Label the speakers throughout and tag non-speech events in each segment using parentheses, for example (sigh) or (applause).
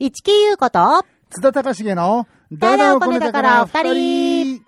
Speaker 1: 一木優子と、
Speaker 2: 津田隆重の、
Speaker 1: ダダをこねたから二人。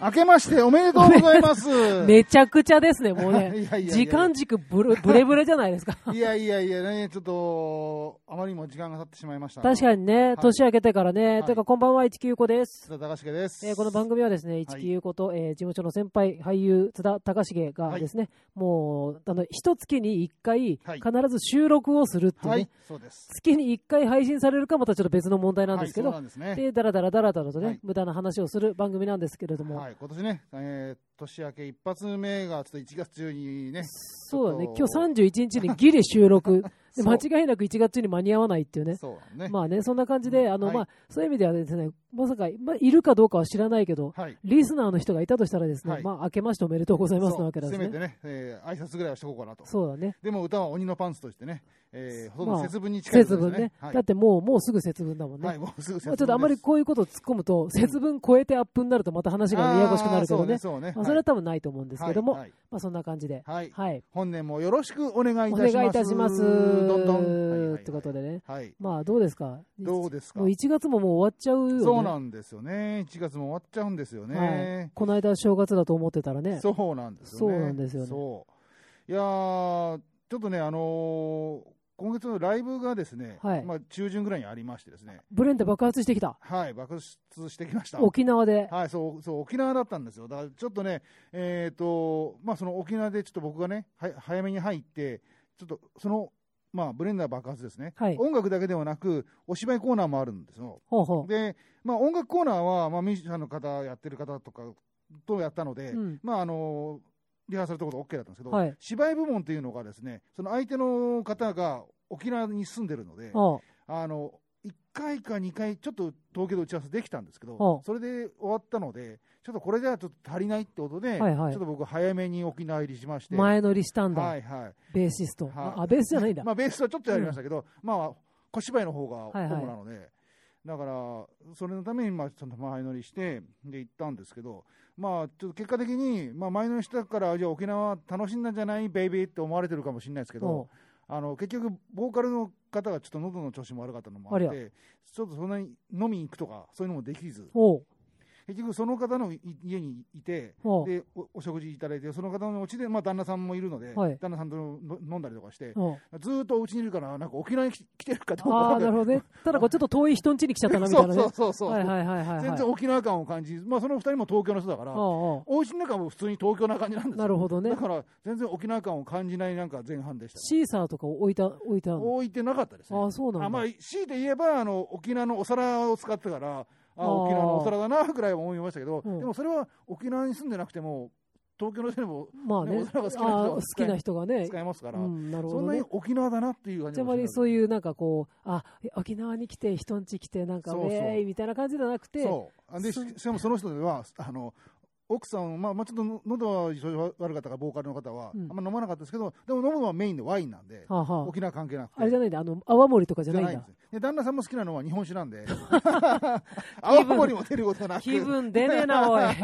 Speaker 2: 明けましておめでとうございます。い
Speaker 3: (laughs) めちゃくちゃですね、も
Speaker 2: (laughs)
Speaker 3: う
Speaker 2: いやいやいやい
Speaker 3: ね。
Speaker 2: や
Speaker 3: 時間軸ブレ (laughs) ブレブレじゃな
Speaker 2: (laughs)
Speaker 3: いですか。
Speaker 2: やいやいやね、ちょっと、あまりにも時間が経ってしまいました。
Speaker 3: 確
Speaker 2: に。
Speaker 3: かにね、年明けてからね。
Speaker 2: はい
Speaker 3: というか、こんばんは、一木優子です
Speaker 2: 津。田隆重です。
Speaker 3: えーこの番組はですね、一木優子と、えー事務所の先輩、俳優、津田隆重がですね、もう、あの、一月に一回、
Speaker 2: はい
Speaker 3: 必ず収録をするっていうね、
Speaker 2: はい、そうです。
Speaker 3: 月に一回配信されるかまたちょっと別の問題なんですけど、
Speaker 2: はい、そうなんですね。
Speaker 3: で、だらだらだらだらとね、
Speaker 2: はい
Speaker 3: 無駄な話をする番組なんですけれども、
Speaker 2: はい、今年ね、えー、年明け一発目が、ちょっと1月中にね、
Speaker 3: そうだね、
Speaker 2: ちょ
Speaker 3: 今
Speaker 2: っと
Speaker 3: 日31日にギリ収
Speaker 2: (laughs)
Speaker 3: 録で、
Speaker 2: そう
Speaker 3: 間違いなく1月に間に合わないっていうね、
Speaker 2: そうなんね。
Speaker 3: まあね、そんな感じで、あの
Speaker 2: はい
Speaker 3: まあ、そういう意味ではですね、まさか、まあ、いるかどうかは知らないけど、
Speaker 2: はい。
Speaker 3: リスナーの人がいたとしたらですね、
Speaker 2: はい
Speaker 3: まあ、明けましておめでとうございますなわけなんで
Speaker 2: せめ
Speaker 3: すね。
Speaker 2: てね、えー、挨拶ぐらいはしとこうかなと。
Speaker 3: そうだね、
Speaker 2: でも歌は鬼のパンツとしてね、えー、ほとん
Speaker 3: ま
Speaker 2: ど
Speaker 3: あ
Speaker 2: 節分に近いこ
Speaker 3: 節
Speaker 2: と
Speaker 3: 分
Speaker 2: です
Speaker 3: ね
Speaker 2: ね。。はい
Speaker 3: だってもう、もうすぐ節分だもんね。
Speaker 2: はい、もうすぐ節分です。
Speaker 3: まあ、ちょっとあんまりこういうことを突っ込むと、節分超えてアップになるとまた話がややこしくなるけどね
Speaker 2: あー。そうね、そうね。
Speaker 3: まあ、それは多分ないと思うんで
Speaker 2: です
Speaker 3: けども、
Speaker 2: はい。
Speaker 3: まあ、そんな感じで、
Speaker 2: はい
Speaker 3: はい、
Speaker 2: 本年もよろしくお願いい
Speaker 3: お
Speaker 2: たします。
Speaker 3: 願いいたします。
Speaker 2: どんどん。はいはいはい
Speaker 3: ってことでね、
Speaker 2: はい。
Speaker 3: まあ、どうですか、
Speaker 2: どうですか
Speaker 3: もう1月ももう終わっちゃうよね。
Speaker 2: そうなんですよね。1月も終わっちゃうんですよ
Speaker 3: はい
Speaker 2: ね。
Speaker 3: この間正月だと思ってたらね、
Speaker 2: そうなんですよね。
Speaker 3: そうなんですよね
Speaker 2: そういやー、ちょっとね、あのー今月のライブがですね、
Speaker 3: はい
Speaker 2: まあ中旬ぐらいにありましてですね、
Speaker 3: ブレンって爆発してきた、
Speaker 2: はい、爆出してきました。
Speaker 3: 沖縄
Speaker 2: (laughs)
Speaker 3: で。
Speaker 2: はい、そう、そう、沖縄だったんですよ。だから、ちょっとね、えっ、と、まあ、その沖縄で、ちょっと僕がね、は早めに入って、ちょっと、その、まあ、ブレンダー爆発ですね、
Speaker 3: はい
Speaker 2: 音楽だけではなく、お芝居コーナーもあるんですよ。
Speaker 3: ほうほ
Speaker 2: で、まあ、音楽コーナーは、まあ、ミュージシャンの方、やってる方とかとやったので、
Speaker 3: うん
Speaker 2: まあ、あのリハーサルとかで OK だったんですけど、
Speaker 3: はい
Speaker 2: 芝居部門っていうのがですね、その相手の方が沖縄に住んでるので、
Speaker 3: う。おう
Speaker 2: あの1回か2回、ちょっと東京で打ち合わせできたんですけ
Speaker 3: は
Speaker 2: ど
Speaker 3: あ、
Speaker 2: それで終わったので、ちょっとこれではちょっと足りないってことで、
Speaker 3: はいはい
Speaker 2: ちょっと僕、早めに沖縄入りしまして、
Speaker 3: 前乗りしたんだ、
Speaker 2: はいはい
Speaker 3: ベーシスト、
Speaker 2: はい
Speaker 3: ああベースじゃないんだ、
Speaker 2: まあ、ベースはちょっとやりましたけど、まあ、小芝居の方が
Speaker 3: はいはい
Speaker 2: 主なので、だから、それのためにまあちょっと前乗りして、で行ったんですけど、まあ、ちょっと結果的に、まあ、前乗りしたから、じゃあ沖縄楽しんだんじゃない、ベイベーって思われてるかもしれないですけど
Speaker 3: お、う
Speaker 2: あの結局、ボーカルの方がちょっと喉の調子も悪かったのもあっ
Speaker 3: あり
Speaker 2: て、ちょっとそんなに飲みに行くとか、そういうのもできず、
Speaker 3: おう
Speaker 2: 結局、その方のい家にいて、
Speaker 3: おう
Speaker 2: でおお食事いただいて、その方のお家で、まあ、旦那さんもいるので、
Speaker 3: はい
Speaker 2: 旦那さんとの飲んだりとかして、 (laughs)
Speaker 3: おう
Speaker 2: ずーっとお家にいるから、なんか沖縄に来来てるかどうか
Speaker 3: ああ、なる
Speaker 2: ほ
Speaker 3: ほどね。ただ、こうちょっと遠い人ん家に来ちゃったな、みたい
Speaker 2: そ
Speaker 3: な
Speaker 2: う
Speaker 3: ね。
Speaker 2: そうそうそう、
Speaker 3: はいはいはいはいはい。
Speaker 2: 全然沖縄感を感じ、まあ、その二人も東京の人だから、
Speaker 3: おうお
Speaker 2: お家の中も普通に東京な感じなんですよ
Speaker 3: うなるほどね
Speaker 2: (laughs) だ。から、全然沖縄感を感じないなんか前半でした、
Speaker 3: シーサーとか置いた、置いたの。
Speaker 2: 置いてなかったですね。
Speaker 3: ああ、そうな
Speaker 2: あ
Speaker 3: ん
Speaker 2: まあ
Speaker 3: だ。
Speaker 2: 強いて言えばあの沖縄のお皿を使ってたからあ
Speaker 3: あー
Speaker 2: 沖縄のお皿だなぐらいは思いましたけど、
Speaker 3: うん
Speaker 2: でもそれは沖縄に住んでなくても東京の人でも
Speaker 3: まあ
Speaker 2: ね
Speaker 3: ね
Speaker 2: お。皿が好きな人
Speaker 3: あ
Speaker 2: は
Speaker 3: ー好きな人がね。
Speaker 2: 使えますから、
Speaker 3: うん、なる
Speaker 2: そ
Speaker 3: ほど
Speaker 2: んな
Speaker 3: ね
Speaker 2: に。沖縄だなっていう感じ
Speaker 3: じゃああまりそう
Speaker 2: う
Speaker 3: いうなんかこう、あ、沖縄に来て、人んち来て、なんか、ウ
Speaker 2: そうそう
Speaker 3: ェーイみたいな感じじゃなくて、
Speaker 2: そうでし
Speaker 3: そう
Speaker 2: しかもその人ではあの奥さん、まあ、まあちょっとの喉は悪かったからボーカルの方は、
Speaker 3: うん
Speaker 2: あんま飲まなかったですけどでも飲むのはメインでワインなんで、
Speaker 3: はあは
Speaker 2: 沖縄関係なく
Speaker 3: あ、
Speaker 2: て
Speaker 3: あれじゃないんだ、あの、泡盛とかじゃないん
Speaker 2: じゃ
Speaker 3: だ
Speaker 2: ないんで。すよで旦那さんも好きなのは日本酒なん
Speaker 3: (laughs)
Speaker 2: で青森も出ることなく
Speaker 3: 気分出ねえな、おい。 (laughs)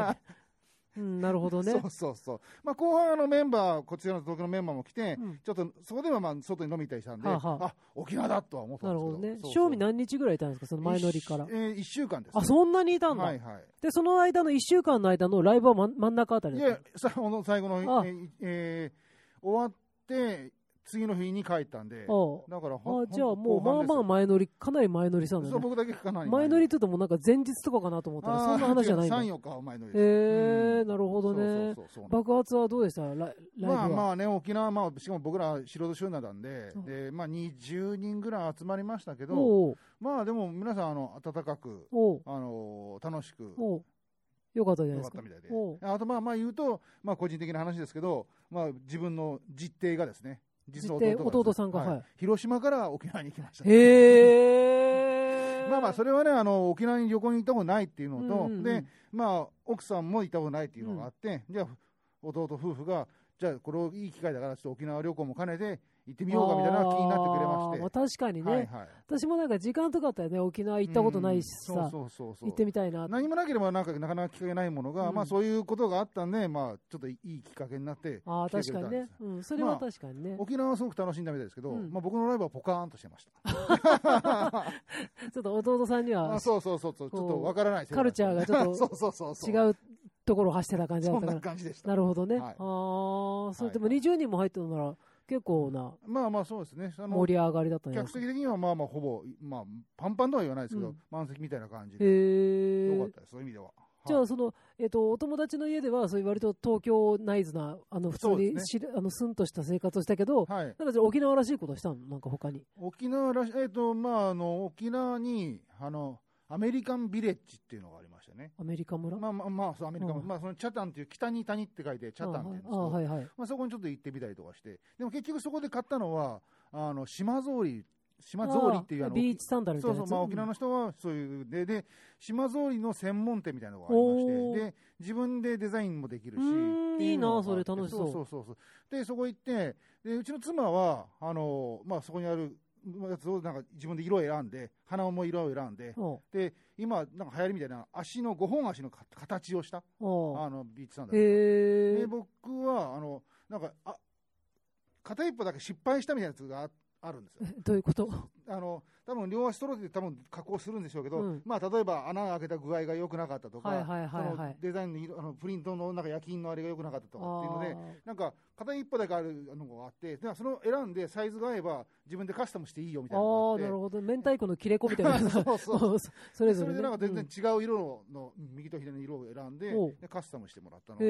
Speaker 3: うん、なるほどね
Speaker 2: そ。うそうそう。まあ、後半あのメンバー、こちらの東京のメンバーも来て、
Speaker 3: うん
Speaker 2: ちょっとそこではまあ外に飲み行ったりしたんで、
Speaker 3: はあはあ
Speaker 2: 沖縄だとは思ったん
Speaker 3: な
Speaker 2: です
Speaker 3: る
Speaker 2: け
Speaker 3: ほ
Speaker 2: ど。
Speaker 3: どね
Speaker 2: そう。そう
Speaker 3: 賞味何日ぐらいいたんですか、その前乗りから
Speaker 2: 一。えー、1週間です、
Speaker 3: あ、そんなにいたん
Speaker 2: は
Speaker 3: だ
Speaker 2: い。はい。
Speaker 3: で、その間の1週間の間のライブは真ん真ん中あたり
Speaker 2: い
Speaker 3: だった
Speaker 2: や、さこの最後の日
Speaker 3: ああ
Speaker 2: えーえー終わって、次の日に帰ったんで、
Speaker 3: おう
Speaker 2: だから
Speaker 3: あ
Speaker 2: ほん
Speaker 3: じゃあも
Speaker 2: ほ
Speaker 3: うんまあ
Speaker 2: 後半です
Speaker 3: まあ前乗り、かなり前乗りしたんだ
Speaker 2: そう、
Speaker 3: ね。
Speaker 2: 僕だけかなり
Speaker 3: 前乗りって言うともうなんか前日とかかなと思ったら、そんな話じゃないんだ。
Speaker 2: 3、
Speaker 3: へ
Speaker 2: 4日は前乗りです。
Speaker 3: え
Speaker 2: う
Speaker 3: ー、なるほど
Speaker 2: そ
Speaker 3: ね。
Speaker 2: うそうそうそう
Speaker 3: 爆発はどうでしたライライブは。
Speaker 2: まあまあね、沖縄、まあ、しかも僕ら素人集団なんで
Speaker 3: そう、
Speaker 2: でまあ、20人ぐらい集まりましたけど、
Speaker 3: おう
Speaker 2: まあでも皆さん、あの温かく、
Speaker 3: おう
Speaker 2: あの楽しく、
Speaker 3: おうよかったじゃない
Speaker 2: よ
Speaker 3: で
Speaker 2: か
Speaker 3: す
Speaker 2: った。
Speaker 3: か
Speaker 2: みたいで
Speaker 3: おう、
Speaker 2: あとまあまあ言うと、まあ、個人的な話ですけど、まあ、自分の実弟がですね、実の弟
Speaker 3: 実弟弟さんが
Speaker 2: はい
Speaker 3: はい
Speaker 2: 広島から沖縄に来ました。
Speaker 3: へえ。
Speaker 2: まあまあ、それはね、あの沖縄に旅行に行ったことないっていうのと、
Speaker 3: うんうんうん
Speaker 2: でまあ、奥さんも行ったことないっていうのがあって、じゃあ、弟夫婦が、じゃあ、これをいい機会だから、ちょっと沖縄旅行も兼ねて行ってみようかみたいな気になってくれまして。
Speaker 3: あー確かにね、
Speaker 2: はいはい、
Speaker 3: 私もなんか時間とかあったらね、沖縄行ったことないしさ、
Speaker 2: うんそうそうそうそう
Speaker 3: 行ってみたいな。
Speaker 2: 何もなければなんかなかなか機会がないものが、
Speaker 3: うん
Speaker 2: まあそういうことがあったんで、まあちょっといいきっかけになって
Speaker 3: ああ、
Speaker 2: 来てく
Speaker 3: 確か
Speaker 2: れた
Speaker 3: に
Speaker 2: んです
Speaker 3: ね。うん、それ
Speaker 2: ま
Speaker 3: は
Speaker 2: あ
Speaker 3: 確かにね。
Speaker 2: 沖縄はすごく楽しんだみたいですけど、
Speaker 3: うん
Speaker 2: まあ僕のライブはポカーンとしてま
Speaker 3: (laughs)
Speaker 2: した。 (laughs)
Speaker 3: ちょっと弟さんには
Speaker 2: あそうそうそうそう、ちょっとわからない世代
Speaker 3: カルチャーがちょっ
Speaker 2: (laughs)
Speaker 3: と
Speaker 2: そうそうそうそう。
Speaker 3: 違うところを走ってた感じだ
Speaker 2: (laughs)
Speaker 3: っ
Speaker 2: そん
Speaker 3: たか
Speaker 2: な
Speaker 3: ら。
Speaker 2: 感じでした。
Speaker 3: なるほどね。
Speaker 2: はい
Speaker 3: ああ、そ
Speaker 2: は
Speaker 3: れ
Speaker 2: い
Speaker 3: でも20人も入ったのなら、結構な
Speaker 2: まあまあそうですね。あの
Speaker 3: 盛り上がりだったんじゃな
Speaker 2: 客
Speaker 3: いですか。
Speaker 2: 席的にはまあまあほぼ、まあパンパンとは言わないですけど、
Speaker 3: うん
Speaker 2: 満席みたいな感じ
Speaker 3: へ
Speaker 2: で、
Speaker 3: え
Speaker 2: よかったです、そういう意味では。
Speaker 3: じゃ
Speaker 2: は
Speaker 3: あ
Speaker 2: い
Speaker 3: その、えっとお友達の家ではそういう割と東京ナイズなあの普通
Speaker 2: そうです
Speaker 3: に
Speaker 2: ね
Speaker 3: し、あのスンとした生活をしたけど、
Speaker 2: はい、
Speaker 3: なんかじゃあ沖縄らしいことしたのなんか他に
Speaker 2: 沖縄らし、えっ、と、まあ、あの、沖縄に、あの、アメリカンビレッジっていうのがありましたね。
Speaker 3: アメリカ村、
Speaker 2: まあまあ、まあ、そう、アメリカも、
Speaker 3: うん
Speaker 2: まあ、そのチャタンっていう、北に谷って書いて、チャタンって言うんですけ
Speaker 3: ああ
Speaker 2: ど、
Speaker 3: はいはい
Speaker 2: まあ、そこにちょっと行ってみたりとかして、でも結局そこで買ったのは、あの、島ぞうり、島ぞうりっていうあの、
Speaker 3: ビーチサンダルみたい
Speaker 2: そうそ
Speaker 3: なや
Speaker 2: う、
Speaker 3: つ
Speaker 2: まあ、沖縄の人はそういう、で、で、島ぞうりの専門店みたいなのがあり
Speaker 3: お
Speaker 2: まし
Speaker 3: ー
Speaker 2: て、で、自分でデザインもできるし、
Speaker 3: うーん
Speaker 2: ってうのがあって
Speaker 3: いいなそれ楽しそ
Speaker 2: そ
Speaker 3: う
Speaker 2: うそうそうそう。で、そこ行って、で、うちの妻は、あの、まあ、そこにある、やつをなんか自分で色を選んで、鼻も色を選んで、
Speaker 3: うんうん
Speaker 2: で、今、なんか流行りみたいな、足の、5本足のか形をした、
Speaker 3: ああ
Speaker 2: あの、ビーチサンダルとか。
Speaker 3: へえ
Speaker 2: で僕はあのなんかあ片一歩だけ失敗したみたいなやつがああるんですよ
Speaker 3: どういうこと
Speaker 2: あの多分両足揃えて多分加工するんでしょうけど、
Speaker 3: うん
Speaker 2: まあ、例えば穴が開けた具合が良くなかったとか、
Speaker 3: はいはいはいは
Speaker 2: そ
Speaker 3: い
Speaker 2: のデザインの色あのプリントのなんか焼き印のあれが良くなかったとかっていうの
Speaker 3: あ
Speaker 2: で
Speaker 3: ー
Speaker 2: なんか片一歩だけあるのがあってでその選んでサイズが合えば自分でカスタムしていいよみたいな
Speaker 3: あ
Speaker 2: の
Speaker 3: あ
Speaker 2: が
Speaker 3: なる
Speaker 2: あっ
Speaker 3: ほど明太子の切れ子みたいな
Speaker 2: (laughs) そうそう
Speaker 3: (laughs) それ
Speaker 2: てそれ
Speaker 3: ぞれ、ね、
Speaker 2: でなんか全然
Speaker 3: う
Speaker 2: 違う色の右と左の色を選んで
Speaker 3: おう
Speaker 2: でカスタムしてもらったのを
Speaker 3: へ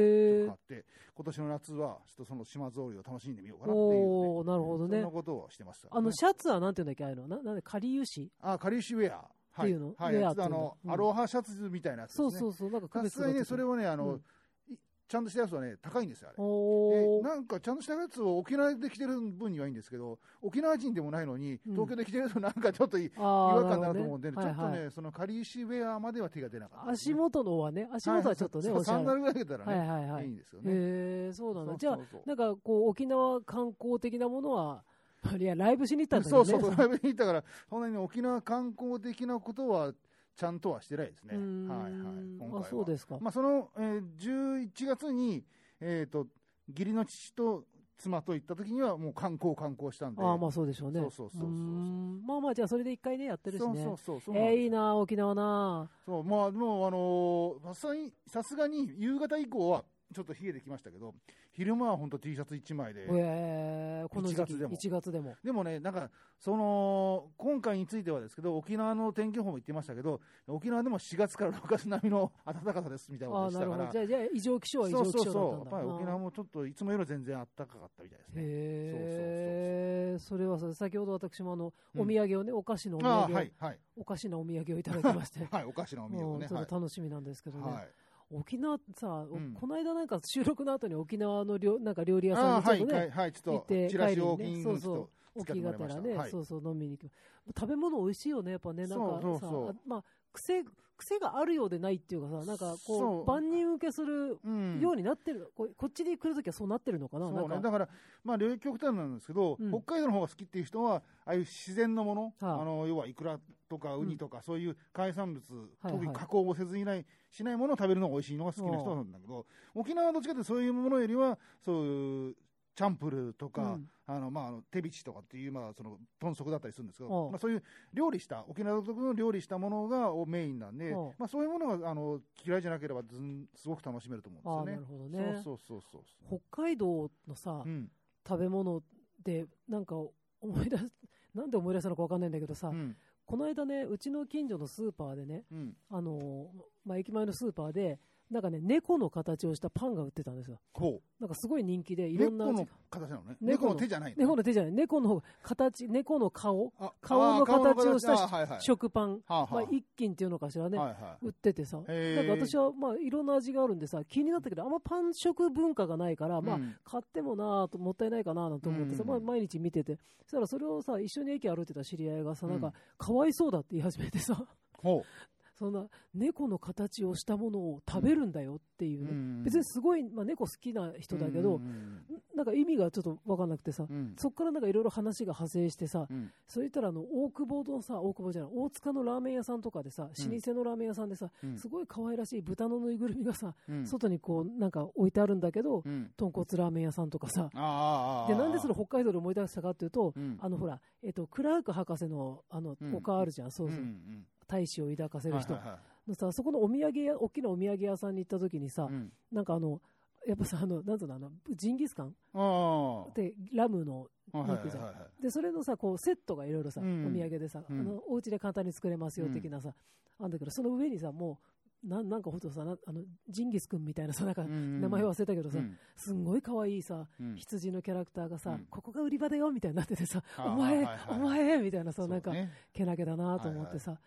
Speaker 2: ち
Speaker 3: ー
Speaker 2: ょっと買って今年の夏はちょっとその島ぞうりを楽しんでみようかなっていうね
Speaker 3: おおーなるほどね
Speaker 2: そんなことをしてました、
Speaker 3: あのシャツはなんていうんだっけああいうのななんでかりゆし
Speaker 2: あ、かりゆしウェア。は
Speaker 3: っていうの
Speaker 2: はい。
Speaker 3: ウェア
Speaker 2: あ
Speaker 3: っていうの
Speaker 2: の、
Speaker 3: うん
Speaker 2: アロハシャツみたいなやつです
Speaker 3: そ
Speaker 2: ね。
Speaker 3: うそうそうなんか区
Speaker 2: さ
Speaker 3: 別
Speaker 2: すがにね、それ
Speaker 3: を
Speaker 2: はね、あの、
Speaker 3: うん
Speaker 2: いちゃんとしたやつはね、高いんですよ、あれ。
Speaker 3: お
Speaker 2: で
Speaker 3: お
Speaker 2: なんかちゃんとしたやつを沖縄で着てる分にはいいんですけど、沖縄人でもないのに、
Speaker 3: うん
Speaker 2: 東京で着てるとなんかちょっとい違
Speaker 3: あ
Speaker 2: 和感になると思うんで、
Speaker 3: ね
Speaker 2: ちょっとね、
Speaker 3: はいはい
Speaker 2: そのかりゆしウェアまでは手が出なかったです
Speaker 3: 足
Speaker 2: ね、
Speaker 3: 元のはね、足元はちょっとね、
Speaker 2: はい
Speaker 3: おしゃ
Speaker 2: サ
Speaker 3: れ。
Speaker 2: ンダルぐらいだった
Speaker 3: はい
Speaker 2: らね、、
Speaker 3: はいはいい。
Speaker 2: い
Speaker 3: へ
Speaker 2: んですよね。
Speaker 3: え、そうなんだ。じゃあ
Speaker 2: そう、そうそう
Speaker 3: なんかこう、沖縄観光的なものは、 (laughs) いや、ライブしに行ったんだけ
Speaker 2: そ
Speaker 3: ど
Speaker 2: う
Speaker 3: ね。
Speaker 2: そうそう、ライブに行ったから、そんなに沖縄観光的なことは、ちゃんとはしてないですね。
Speaker 3: う
Speaker 2: は
Speaker 3: ー
Speaker 2: い
Speaker 3: ん
Speaker 2: はい、今回は
Speaker 3: あ、そうですか。
Speaker 2: まあ、その、えー、11月に、えー、と義理の父と妻と行った時にはもう観光観光したんで
Speaker 3: ああ、まあそうでしょうね。
Speaker 2: そうそうそうそう
Speaker 3: ーんまあまあ、じゃあ、それで一回ね、やってるし
Speaker 2: そう
Speaker 3: ね
Speaker 2: そう。そうそうなん
Speaker 3: え
Speaker 2: です
Speaker 3: ー、いいな、沖縄な。
Speaker 2: そうまあでもあのーさすがにさすがに夕方以降はちょっと冷えてきましたけど昼間は本当 T シャツ1枚で
Speaker 3: えー、この時期、
Speaker 2: 1月でも
Speaker 3: 1月でも。
Speaker 2: でもねなんかその今回についてはですけど沖縄の天気予報も言ってましたけど沖縄でも4月から6月並みの暖かさですみたいな
Speaker 3: あ
Speaker 2: こ
Speaker 3: あ、
Speaker 2: とでし
Speaker 3: な
Speaker 2: た
Speaker 3: る
Speaker 2: か
Speaker 3: ほ
Speaker 2: ら
Speaker 3: ど。じゃあ、じゃあ異常気象は異
Speaker 2: そ
Speaker 3: 常
Speaker 2: う
Speaker 3: 気
Speaker 2: そう
Speaker 3: 象
Speaker 2: そう
Speaker 3: だ
Speaker 2: や
Speaker 3: ったん
Speaker 2: っ
Speaker 3: だ。
Speaker 2: ぱり沖
Speaker 3: あ
Speaker 2: 縄
Speaker 3: あ
Speaker 2: もちょっといつもより全然暖かかったみたいですね
Speaker 3: へえ、それはさ先ほど私もあの、
Speaker 2: うん
Speaker 3: お土産をね、お菓子のお土
Speaker 2: ああ
Speaker 3: 産を
Speaker 2: はいはい、
Speaker 3: おかしなお土産をいただきまして
Speaker 2: はい、お菓 (laughs) 子のお土産
Speaker 3: も
Speaker 2: を
Speaker 3: う
Speaker 2: ね。
Speaker 3: ちょ
Speaker 2: は
Speaker 3: っと楽しみなんですけ
Speaker 2: い。
Speaker 3: どね、
Speaker 2: はい
Speaker 3: 沖縄さ、お
Speaker 2: うん
Speaker 3: この間なんか収録の後に沖縄の料なんか料理屋さ
Speaker 2: あ
Speaker 3: ん
Speaker 2: ーは
Speaker 3: にちょっ
Speaker 2: い、
Speaker 3: とね、
Speaker 2: はい、はい、ちょっ
Speaker 3: 行っ
Speaker 2: と、
Speaker 3: て
Speaker 2: チラシを
Speaker 3: 帰りにね
Speaker 2: 金分ちょっと
Speaker 3: そうそ
Speaker 2: 使
Speaker 3: う
Speaker 2: って
Speaker 3: 沖
Speaker 2: も
Speaker 3: が
Speaker 2: らい
Speaker 3: た
Speaker 2: まし
Speaker 3: ら
Speaker 2: た
Speaker 3: ね、
Speaker 2: はい
Speaker 3: そうそう飲みに行く食べ物美味しいよねやっぱねなんかさ
Speaker 2: そうそうそう
Speaker 3: あまあ癖癖があるようでないっていうかさなんか
Speaker 2: そ
Speaker 3: こ
Speaker 2: う
Speaker 3: う万人受けする
Speaker 2: うん
Speaker 3: ようになってる、ここっちに来るときはそうなってるのかな
Speaker 2: そう
Speaker 3: な
Speaker 2: ね、
Speaker 3: んか
Speaker 2: だから、まあ、両極端なんですけど、
Speaker 3: うん
Speaker 2: 北海道の方が好きっていう人は、ああいう自然のもの、
Speaker 3: はあ
Speaker 2: あの要はいくらとかウニとか、そういう海産物、
Speaker 3: はい
Speaker 2: 特に加工もせずにないしないものを食べるのが美味しいのが好きな人なんだけど、沖縄はどっちかっていうとそういうものよりは、そういうチャンプルーとか、
Speaker 3: うん
Speaker 2: あのまあ、あの手びちとかっていう、まあ、その豚足だったりするんですけ
Speaker 3: お
Speaker 2: ど、
Speaker 3: う
Speaker 2: まあ、そういう料理した、沖縄独特の料理したものがをメインなんで
Speaker 3: おう、
Speaker 2: まあ、そういうものがあの嫌いじゃなければずん、すごく楽しめると思
Speaker 3: あ
Speaker 2: うん
Speaker 3: ー
Speaker 2: です
Speaker 3: な
Speaker 2: よ
Speaker 3: る
Speaker 2: ね。
Speaker 3: ほどね
Speaker 2: そうそうそうそ
Speaker 3: 北海道のさ、
Speaker 2: う。うん
Speaker 3: 食べ物でなんか思い出すなんで思い出したのかわかんないんだけどさ、
Speaker 2: うん
Speaker 3: この間ねうちの近所のスーパーでね
Speaker 2: うん
Speaker 3: あのーまあ、駅前のスーパーでなんかね猫の形をしたパンが売ってたんですよ
Speaker 2: こ
Speaker 3: なんかすごい人気で
Speaker 2: う
Speaker 3: いろんな
Speaker 2: 猫の形なのね
Speaker 3: 猫
Speaker 2: 猫
Speaker 3: の
Speaker 2: の手じゃない
Speaker 3: 猫の手じゃない猫の形猫の顔
Speaker 2: あ
Speaker 3: 顔の
Speaker 2: あー
Speaker 3: 形をした
Speaker 2: あーはいはい
Speaker 3: 食パン、
Speaker 2: はあはあ
Speaker 3: まあ、一斤っていうのかしらね、
Speaker 2: はいはい
Speaker 3: 売っててさ、
Speaker 2: へ
Speaker 3: な
Speaker 2: ー
Speaker 3: んか私はまあいろんな味があるんでさ、気になったけど、あんまパン食文化がないから、まあ
Speaker 2: うん
Speaker 3: 買ってもなあと、もったいないかなあなんて思ってさ、
Speaker 2: うん
Speaker 3: まあ毎日見てて、そしたらそれをさ、一緒に駅歩いてた知り合いがさ、なん
Speaker 2: うん
Speaker 3: か、かわいそうだって言い始めてさ、
Speaker 2: ほ
Speaker 3: そんな猫の形をしたものを食べるんだよっていうね、別にすごい、まあ、猫好きな人だけど、
Speaker 2: うん
Speaker 3: なんか意味がちょっと分かんなくてさ、
Speaker 2: うん
Speaker 3: そっからなんかいろいろ話が派生してさ、
Speaker 2: うん
Speaker 3: そういったらあの大久保のさ、大久保じゃない、大塚のラーメン屋さんとかでさ、老舗のラーメン屋さんでさ、
Speaker 2: うん
Speaker 3: すごい可愛らしい豚のぬいぐるみがさ、
Speaker 2: うん
Speaker 3: 外にこうなんか置いてあるんだけど、
Speaker 2: うん
Speaker 3: 豚骨ラーメン屋さんとかさ、
Speaker 2: あーあーあー
Speaker 3: でなんでそれ北海道で思い出したかっていうと、
Speaker 2: うん
Speaker 3: あのほら、えっとクラーク博士のあの
Speaker 2: うん
Speaker 3: 丘あるじゃん、そう
Speaker 2: うん
Speaker 3: そうう、
Speaker 2: ん
Speaker 3: 大使を抱かせ
Speaker 2: うん
Speaker 3: る人
Speaker 2: はいはいはい
Speaker 3: のさ、そこのお土産屋、大きなお土産屋さんに行った時にさ、
Speaker 2: うん
Speaker 3: なんかあの、やっぱさ、あのなんつうの、あのジンギスカン
Speaker 2: あー
Speaker 3: ってラムの
Speaker 2: はいはい
Speaker 3: 肉じゃん
Speaker 2: はいはい
Speaker 3: でそれのさこうセットがいろいろさ、
Speaker 2: うん
Speaker 3: お土産でさ、
Speaker 2: うん
Speaker 3: あのお家で簡単に作れますよ的なさ、あんだけどその上にさもうなんなんかほんとさなあのジンギス君みたいなさなんか
Speaker 2: うんうん
Speaker 3: 名前忘れたけどさ、
Speaker 2: うん
Speaker 3: すんごい可愛いさ
Speaker 2: うん
Speaker 3: 羊のキャラクターがさ、
Speaker 2: うん
Speaker 3: ここが売り場だよみたいになっててさ、
Speaker 2: あー
Speaker 3: お前、
Speaker 2: はいはい
Speaker 3: お前みたいなさ、
Speaker 2: そう
Speaker 3: なんか
Speaker 2: ね
Speaker 3: けなげだなと思ってさ、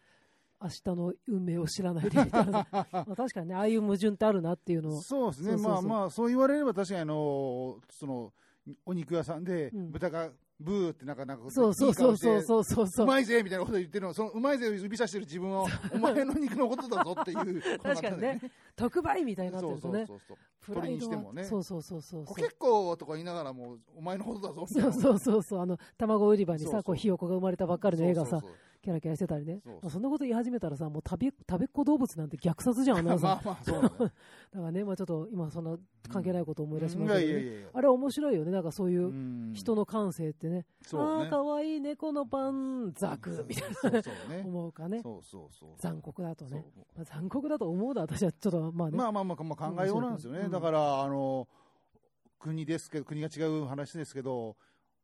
Speaker 3: 明日の運命を知らないで
Speaker 2: (laughs)
Speaker 3: みたいなさまあ確かにねああいう矛盾ってあるなっていうのを
Speaker 2: そうですね
Speaker 3: そうそうそう
Speaker 2: まあまあそう言われれば確かにあのそのお肉屋さんで
Speaker 3: うん
Speaker 2: 豚がブーってなんかなんか
Speaker 3: そうそうそうそう
Speaker 2: う
Speaker 3: そうそうそう
Speaker 2: うまいぜみたいなこと言ってるのそのうまいぜを指さしてる自分
Speaker 3: (laughs)
Speaker 2: はお前の肉のことだぞっていう
Speaker 3: 確か
Speaker 2: (laughs)
Speaker 3: にね特売みたいになって
Speaker 2: そう
Speaker 3: ると
Speaker 2: そう
Speaker 3: ね
Speaker 2: そうそう
Speaker 3: プライド
Speaker 2: 鳥にしても
Speaker 3: は
Speaker 2: ね
Speaker 3: そうそうそうそうそう
Speaker 2: 結構とか言いながらもお前のことだぞみたい
Speaker 3: そ
Speaker 2: な
Speaker 3: うそうそうそう、あの、卵売り場に
Speaker 2: そうそ
Speaker 3: さ、
Speaker 2: う
Speaker 3: こう、ひよこが生まれたばっかりの絵がさ
Speaker 2: そう、そう
Speaker 3: キャラキャラしてたりね。
Speaker 2: そうそう
Speaker 3: まあそんなこと言い始めたらさ、もう食べ、食べっ子動物なんて虐殺じゃん、アナ
Speaker 2: そう
Speaker 3: ウンサ
Speaker 2: (laughs)
Speaker 3: ー
Speaker 2: まあまあそうなんだよ
Speaker 3: だからね、まあちょっと今そんな関係ないこと (laughs) 思い出し
Speaker 2: うん
Speaker 3: ま
Speaker 2: いや
Speaker 3: したけ
Speaker 2: い
Speaker 3: ど
Speaker 2: や
Speaker 3: ね。
Speaker 2: いや
Speaker 3: あれ面白いよね、なんかそういう人
Speaker 2: の
Speaker 3: の感性ってね。
Speaker 2: そう
Speaker 3: あ
Speaker 2: ね
Speaker 3: あ、かわいい猫のパン、ザク、みたい
Speaker 2: そうそう
Speaker 3: な
Speaker 2: ね
Speaker 3: 思うかね。
Speaker 2: そうそうそう
Speaker 3: 残酷だとね
Speaker 2: そう。
Speaker 3: まあ残酷だと思うだ、私はちょっと、まあね。
Speaker 2: まあまあまあ、まあ、考えようなんですよね、
Speaker 3: うん
Speaker 2: だからあの国ですけど国が違う話ですけど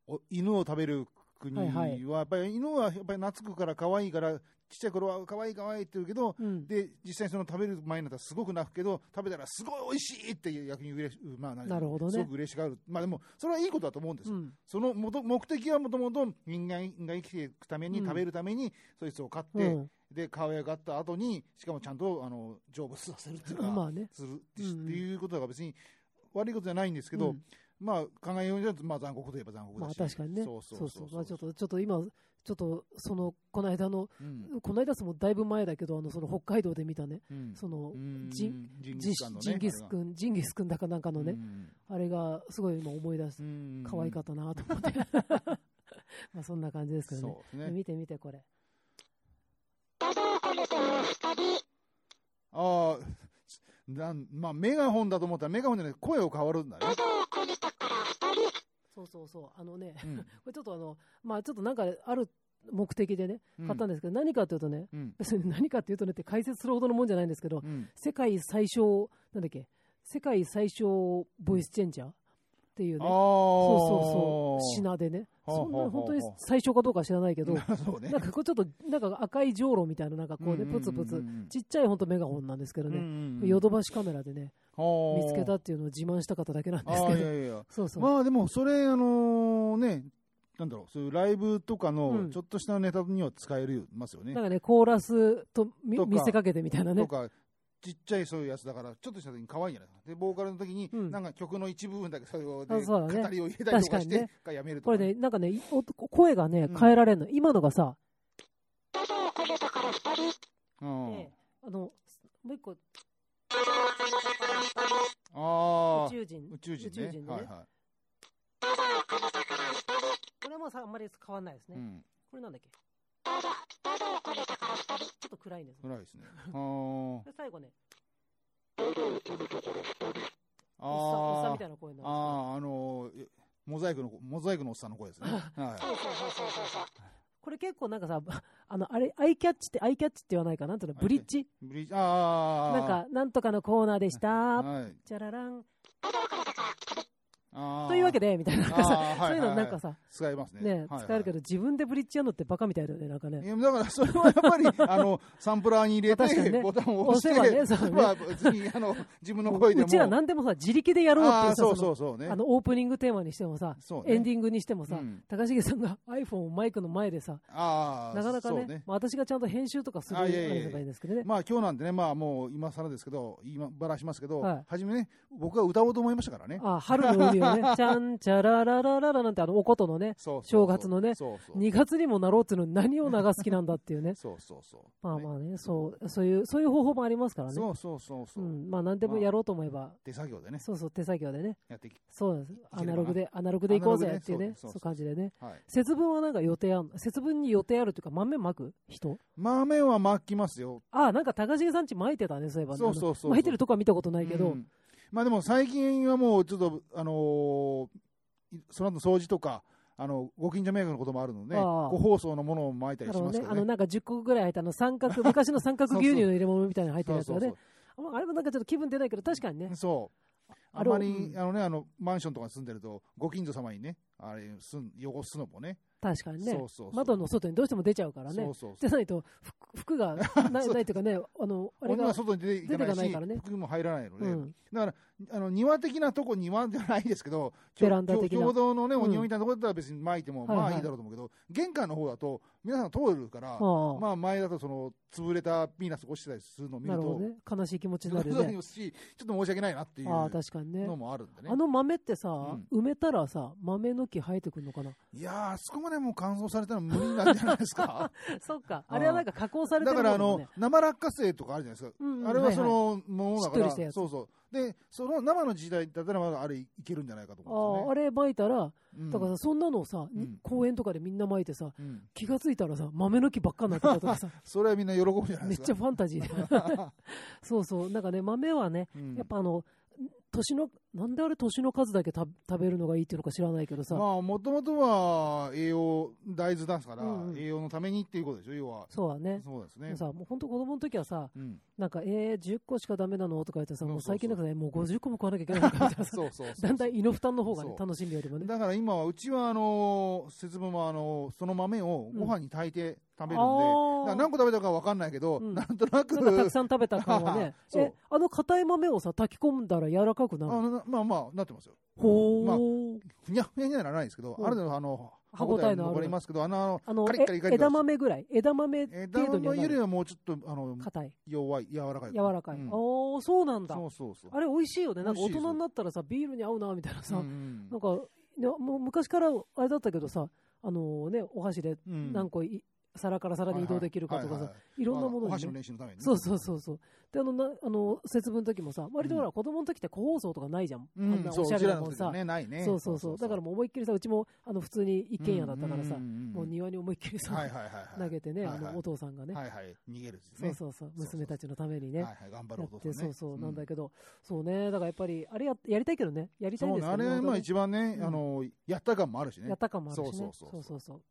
Speaker 2: お犬を食べる国は
Speaker 3: はいは
Speaker 2: やっぱり犬はやっぱり懐くから可愛いからちっちゃい頃は可愛い可愛いって言うけど、
Speaker 3: うん。
Speaker 2: で実際にその食べる前になったらすごく泣くけど食べたらすごい美味しいって逆に嬉しまあ何
Speaker 3: なるほどね
Speaker 2: すごく嬉しがるまあでもそれはいいことだと思うんです
Speaker 3: う
Speaker 2: よ、
Speaker 3: ん。
Speaker 2: そのもと目的はもともと人間が生きていくために、
Speaker 3: うん
Speaker 2: 食べるためにそいつを飼って、
Speaker 3: うん
Speaker 2: で可愛がった後にしかもちゃんとあの成仏させるっていうか、
Speaker 3: まあね。
Speaker 2: するって
Speaker 3: うんうん
Speaker 2: いうことが別に悪いことじゃないんですけど、
Speaker 3: うん
Speaker 2: まあ考えようによってまあ残酷といえば残酷
Speaker 3: ま
Speaker 2: だ
Speaker 3: あ
Speaker 2: し、
Speaker 3: 確かにね。
Speaker 2: そうそうそう
Speaker 3: まあちょっと、ちょっと今、ちょっと、その、この間の、
Speaker 2: うん
Speaker 3: この間そのだいぶ前だけどあのその北海道で見たね
Speaker 2: うん
Speaker 3: その
Speaker 2: うん
Speaker 3: ジ
Speaker 2: ジン
Speaker 3: ジ
Speaker 2: ギスカンのね
Speaker 3: ジンギス君ジンギス君だかなんかの
Speaker 2: あれが
Speaker 3: ね、あれがすごい今思い出し
Speaker 2: う
Speaker 3: て
Speaker 2: ん
Speaker 3: 可愛かったなと
Speaker 2: (laughs)
Speaker 3: 思って、まあそんな感じですけどね
Speaker 2: そうですね
Speaker 3: 見て見てこれ
Speaker 2: ああなんまあメガホンだと思ったらメガホンじゃない声を変わるんだね、
Speaker 3: そうそうそうあのね、
Speaker 2: う
Speaker 3: こ
Speaker 2: ん
Speaker 3: れちょっとあのまあちょっとなんかある目的でね
Speaker 2: うん
Speaker 3: 買ったんですけど、何かというとね
Speaker 2: うん
Speaker 3: 別に何かというとねって解説するほどのもんじゃないんですけど、
Speaker 2: うん、
Speaker 3: 世界最小なんだっけ世界最小ボイスチェンジャーっていう
Speaker 2: あ
Speaker 3: ね
Speaker 2: あ
Speaker 3: そうそうそう、品でね、
Speaker 2: はあはあ
Speaker 3: そんな本当に
Speaker 2: はあ
Speaker 3: 最初かどうかは知らないけど、
Speaker 2: 品そうね
Speaker 3: なんかこうちょっと、なんか赤いじょうろみたいな、なんかこうね、
Speaker 2: うんうんうん
Speaker 3: プツプツ、ちっちゃい本当メガホンなんですけど
Speaker 2: うんう
Speaker 3: ね、
Speaker 2: んうん
Speaker 3: ヨドバシカメラでね、見つけた
Speaker 2: あ
Speaker 3: っていうのを自慢したかっただけなんです
Speaker 2: あ
Speaker 3: け
Speaker 2: い
Speaker 3: ど、
Speaker 2: やいやいや
Speaker 3: そうそう、
Speaker 2: まあでもそれあのねなんだろうそういうライブとか
Speaker 3: う
Speaker 2: の
Speaker 3: ん
Speaker 2: ちょっとしたネタには使えるますよね、
Speaker 3: なんかね、コーラスとみ
Speaker 2: とか
Speaker 3: 見せかけてみたいな
Speaker 2: と
Speaker 3: ね、
Speaker 2: かちっちゃいそういうやつだからちょっとした時に可愛いんじゃないかなでボーカルの時に、
Speaker 3: うん
Speaker 2: なんか曲の一部分だけそれをで
Speaker 3: あそうだね
Speaker 2: 語りを入れたりとかして
Speaker 3: 確かにね
Speaker 2: がやめると
Speaker 3: こ
Speaker 2: か
Speaker 3: れ
Speaker 2: ね、
Speaker 3: ね、なんかね、いお声がね
Speaker 2: うん、
Speaker 3: 変えられるの、今のがさ、
Speaker 2: うん
Speaker 3: ねあのもう一個、
Speaker 2: あ
Speaker 3: 宇
Speaker 2: あ
Speaker 3: 宙人、
Speaker 2: 宇宙人ね
Speaker 3: 宇宙人でね
Speaker 2: はいは
Speaker 3: これはもうさあんまり変わんないです
Speaker 2: い、
Speaker 3: ね。
Speaker 2: うん、
Speaker 3: これなんだっけちょっと暗いんです。
Speaker 2: 暗いですねあー
Speaker 3: で最後ね、
Speaker 2: あ
Speaker 3: おっさん、おっさん
Speaker 2: あ
Speaker 3: みたいな声になる。
Speaker 2: あーあのーえモザイクのモザイクのおっさんの声ですね、は
Speaker 3: これ結構なんかさ、 (laughs) あの、あれ、アイキャッチって、アイキャッチって言わないかななんていうの、ブリッジ
Speaker 2: い、ブリッジああ
Speaker 3: なんか、なんとかのコーナーでした。
Speaker 2: はい、
Speaker 3: じゃららん。
Speaker 2: あー
Speaker 3: というわけで、みたいな、なんかさ、
Speaker 2: あー
Speaker 3: そ
Speaker 2: は
Speaker 3: う
Speaker 2: いはい
Speaker 3: いう
Speaker 2: は
Speaker 3: の
Speaker 2: い
Speaker 3: なんかさ、
Speaker 2: 使えますね
Speaker 3: ね、
Speaker 2: はい
Speaker 3: 使えるけど、自分でブリッジやるのってバカみたいだよね、なんか
Speaker 2: い
Speaker 3: ね。
Speaker 2: やだからそれはやっぱ
Speaker 3: (laughs)
Speaker 2: りあのサンプラーに入れ
Speaker 3: まあ確か
Speaker 2: て、
Speaker 3: にね
Speaker 2: ボタンを押して
Speaker 3: 押せばねそうね
Speaker 2: まあ別にあの自分の声でも
Speaker 3: うちらなんでもさ、自力でやろうってい
Speaker 2: あ
Speaker 3: う
Speaker 2: ー
Speaker 3: さ、
Speaker 2: そう
Speaker 3: そ
Speaker 2: そ
Speaker 3: の
Speaker 2: うそうね
Speaker 3: あの、オープニングテーマにしてもさ、
Speaker 2: そうね
Speaker 3: エンディングにしてもさ
Speaker 2: うん、
Speaker 3: 高重さんが iPhone をマイクの前でさ、
Speaker 2: あー
Speaker 3: なかなか
Speaker 2: そう
Speaker 3: ね、
Speaker 2: ね
Speaker 3: まあ私がちゃんと編集とかする
Speaker 2: あ
Speaker 3: あ
Speaker 2: いやいやいや
Speaker 3: れとかいいんですけどね。
Speaker 2: まあ今日なんでねまあもう今更ですけど今ばらしますけど、
Speaker 3: はい
Speaker 2: 初めね僕は歌おうと思いましたからね
Speaker 3: あ、春の海いよね。
Speaker 2: (laughs)
Speaker 3: ちゃんちゃらららららなんて、あの、おことのね、
Speaker 2: そうそうそう
Speaker 3: 正月のね
Speaker 2: そうそう。
Speaker 3: 2月にもなろうっていうのに何を流す気なんだっていうね
Speaker 2: (laughs) そうそうそう。
Speaker 3: まあま
Speaker 2: ね
Speaker 3: あね、そう、そういう、そういう方法もありますからね。
Speaker 2: そうそうそうそうう。
Speaker 3: ん。まあ何でもやろうと思えば、
Speaker 2: 手作業でね、
Speaker 3: そうそう、手作業でね。
Speaker 2: やっていき、
Speaker 3: そうなんで
Speaker 2: い
Speaker 3: す
Speaker 2: け。ればな
Speaker 3: アナログで、アナログでいこうぜっていう
Speaker 2: アナログで
Speaker 3: ね、
Speaker 2: そ
Speaker 3: そうう
Speaker 2: そう
Speaker 3: いう感じでね。
Speaker 2: はい。
Speaker 3: 節分はなんか予定あんの節分に予定あるというか、豆まく人
Speaker 2: 豆は巻きますよ。
Speaker 3: ああ、なんか高重さんち巻いてたね、そういえばね。
Speaker 2: そうそうそう
Speaker 3: あの巻いてるとこは見たことないけど、
Speaker 2: うんまあでも最近はもうちょっと、あのーいその後の掃除とか、あの、ご近所迷惑のこともあるので、
Speaker 3: ああ
Speaker 2: ご包装のものを巻いたり
Speaker 3: な
Speaker 2: し
Speaker 3: るほ
Speaker 2: ま
Speaker 3: ど
Speaker 2: す
Speaker 3: ね
Speaker 2: け。ど
Speaker 3: あ
Speaker 2: ね。
Speaker 3: の、なんか10個ぐらい入ったあの、三
Speaker 2: (laughs)
Speaker 3: 角、昔の三角牛乳の入れ物みたいなの入ってるやつ
Speaker 2: そ
Speaker 3: が
Speaker 2: うそう
Speaker 3: ね。ああれもなんかちょっと気分出ないけど、確かにね
Speaker 2: そう。。そうあ
Speaker 3: あ
Speaker 2: ん
Speaker 3: れを
Speaker 2: まり
Speaker 3: う、ん
Speaker 2: あのね、あの、マンションとかに住んでると、ご近所様にね、あれ、すん汚すのもね。
Speaker 3: 確かに
Speaker 2: そう
Speaker 3: ね。
Speaker 2: そうそう。
Speaker 3: 窓の外にどうしても出ちゃうから
Speaker 2: そ
Speaker 3: ね
Speaker 2: う。そうそ
Speaker 3: じ
Speaker 2: う。
Speaker 3: ゃないと、服服が
Speaker 2: (laughs)
Speaker 3: な
Speaker 2: そう
Speaker 3: ないというかね、あの、あれ
Speaker 2: 鬼は
Speaker 3: が、
Speaker 2: 外に出ていか
Speaker 3: 出てい
Speaker 2: な
Speaker 3: かないい
Speaker 2: し
Speaker 3: から、ね
Speaker 2: 服も入らないので、
Speaker 3: うん。
Speaker 2: だから、あの庭的なとこ、庭じゃないですけど、ちょ
Speaker 3: ベランダ的
Speaker 2: ち
Speaker 3: な
Speaker 2: ょ共同のね、
Speaker 3: うん
Speaker 2: お庭みたいなとこだったら別に撒いても、
Speaker 3: はい
Speaker 2: ま
Speaker 3: はい
Speaker 2: あいいだろうと思うけど、玄関の方だと、皆さん通るから、
Speaker 3: ああ
Speaker 2: まあ前だと、その、潰れたピーナス落ちてたりするのを見
Speaker 3: な
Speaker 2: る
Speaker 3: るほ
Speaker 2: と (laughs)
Speaker 3: ど、ね。悲しい気持ちになる
Speaker 2: そう
Speaker 3: ね
Speaker 2: で。すし、ちょっと申し訳ないなっていう
Speaker 3: ああ、
Speaker 2: の
Speaker 3: 確かにね。
Speaker 2: もあるんでね
Speaker 3: あ。の豆ってさ、
Speaker 2: う
Speaker 3: 埋めたらさ、豆の木生えてくるのかな
Speaker 2: いやー、あそこまでもう乾燥されたら無理なんじゃないです
Speaker 3: (laughs)
Speaker 2: か。
Speaker 3: そっか。
Speaker 2: あー
Speaker 3: あれはなんか加工されて
Speaker 2: だ
Speaker 3: るも
Speaker 2: か
Speaker 3: の
Speaker 2: ら、
Speaker 3: だ
Speaker 2: あ
Speaker 3: もん
Speaker 2: の
Speaker 3: ね。、
Speaker 2: 生落花生とかあるじゃないですか。
Speaker 3: うんうん
Speaker 2: あれはそ
Speaker 3: いい
Speaker 2: のものだか
Speaker 3: しっとり
Speaker 2: ら、
Speaker 3: したやつ
Speaker 2: そうそう。で、その生の時代だったら、まだあれいけるんじゃないかと
Speaker 3: あ
Speaker 2: 思
Speaker 3: ーあ
Speaker 2: うんで
Speaker 3: れ巻いたら、
Speaker 2: すよね。
Speaker 3: だから
Speaker 2: ら、
Speaker 3: さそんなのをさ、に
Speaker 2: うん
Speaker 3: 公園とかでみんな巻いてさ、
Speaker 2: うん
Speaker 3: 気がついたらさ、豆の木ばっかになってた
Speaker 2: (laughs)
Speaker 3: とかさ、
Speaker 2: それはみんな喜ぶじゃない
Speaker 3: め
Speaker 2: で
Speaker 3: っ
Speaker 2: す
Speaker 3: ち
Speaker 2: か
Speaker 3: ゃ。ファンタ
Speaker 2: (laughs)
Speaker 3: ジーで。そうそう。なんかね、豆はね、
Speaker 2: うん
Speaker 3: やっぱあの、年の、なんであれ年の数だけ食べ食べるのがいいっていうのか知らないけどさ、
Speaker 2: まあ、もともとは栄養、大豆ですから、
Speaker 3: うんうん
Speaker 2: 栄養のためにっていうことでしょ、要は。
Speaker 3: そうだね。
Speaker 2: そうです
Speaker 3: で
Speaker 2: ね
Speaker 3: も。さ、もう本当子供の時はさ、 (laughs)
Speaker 2: うん、
Speaker 3: なんか、えー、10個しかダメなのとか言ってさ、もう
Speaker 2: そうそうそう
Speaker 3: 最近なんかね、もう50個も食わなきゃいけないのかみたいなさ、
Speaker 2: (laughs) そうそうそう
Speaker 3: だんだん胃の負担の方がね
Speaker 2: そ、う
Speaker 3: 楽しみよりもね。
Speaker 2: だから今は、うちは、あのー節分は、あのーその豆をご飯に炊いて食べるんで、
Speaker 3: あー
Speaker 2: だから何個食べたかわかんないけど、
Speaker 3: うん
Speaker 2: なんとなく、
Speaker 3: なんかたくさん食べた感はね。
Speaker 2: そう
Speaker 3: え、あの硬い豆をさ、炊き込んだら柔らかくな
Speaker 2: あ
Speaker 3: る。
Speaker 2: のまあまあ、なってますよ。
Speaker 3: ほー。
Speaker 2: まあふにゃふにゃにはならないですけど、
Speaker 3: うん
Speaker 2: ある程度、あの、
Speaker 3: 歯応えのある
Speaker 2: 残りますけど、あの、
Speaker 3: あの
Speaker 2: カリッカリカリカ
Speaker 3: え
Speaker 2: リ
Speaker 3: 枝豆ぐらい枝豆
Speaker 2: 枝
Speaker 3: 程度には
Speaker 2: 豆
Speaker 3: な
Speaker 2: より
Speaker 3: る
Speaker 2: はもうちょっと、あの、
Speaker 3: 硬い
Speaker 2: 弱い、柔らかい。
Speaker 3: 柔らかい、
Speaker 2: うん
Speaker 3: おーそうなんだ
Speaker 2: そうそうそう。
Speaker 3: あれ美味しいよねなんか
Speaker 2: 美
Speaker 3: 大
Speaker 2: 味しいです
Speaker 3: 人になったらさビールに合うなみたいなさ、
Speaker 2: うんうん
Speaker 3: なんかねもう昔からあれだったけどさあのねお箸で
Speaker 2: うん
Speaker 3: 何個い、皿から皿に移動できるかとかさ、い
Speaker 2: はいはいはい
Speaker 3: ろんなもの
Speaker 2: まあお
Speaker 3: に
Speaker 2: 箸
Speaker 3: ね、
Speaker 2: の練習のためにね
Speaker 3: そうそうそうそうであのなあの節分の時もさ割とほら、
Speaker 2: う
Speaker 3: 子供の時って個包装とかないじゃん、
Speaker 2: う
Speaker 3: あん
Speaker 2: ん、
Speaker 3: な
Speaker 2: そう
Speaker 3: おしゃれなもん
Speaker 2: うちらの時は
Speaker 3: さ、
Speaker 2: ね、ないね。
Speaker 3: そうそうそうだからもう思いっきりさうちもあの普通に一軒家だったからさ、
Speaker 2: んんん
Speaker 3: もう庭に思いっきりさ、
Speaker 2: はいはいはいはい。
Speaker 3: 投げてね、
Speaker 2: はいはい
Speaker 3: あのお父さんがね、
Speaker 2: はいはい、逃げるです
Speaker 3: そ
Speaker 2: ね。
Speaker 3: うそうそ
Speaker 2: そ
Speaker 3: う、
Speaker 2: うそう
Speaker 3: 娘たちのためにね、
Speaker 2: はいはい、頑張る
Speaker 3: や
Speaker 2: お
Speaker 3: っ
Speaker 2: 父
Speaker 3: て、
Speaker 2: さん
Speaker 3: そ
Speaker 2: ね。
Speaker 3: うそう、なんだ
Speaker 2: け
Speaker 3: けど、そうね、だからやっぱり、あれややりたいけどね、やりたいんです
Speaker 2: あ
Speaker 3: けど
Speaker 2: れはまあ
Speaker 3: ね
Speaker 2: 一番ね、
Speaker 3: うん
Speaker 2: あの、やった感もあるしね。
Speaker 3: やった感もあるしね、
Speaker 2: そ
Speaker 3: そう
Speaker 2: そう
Speaker 3: う
Speaker 2: そうそう
Speaker 3: そうそう。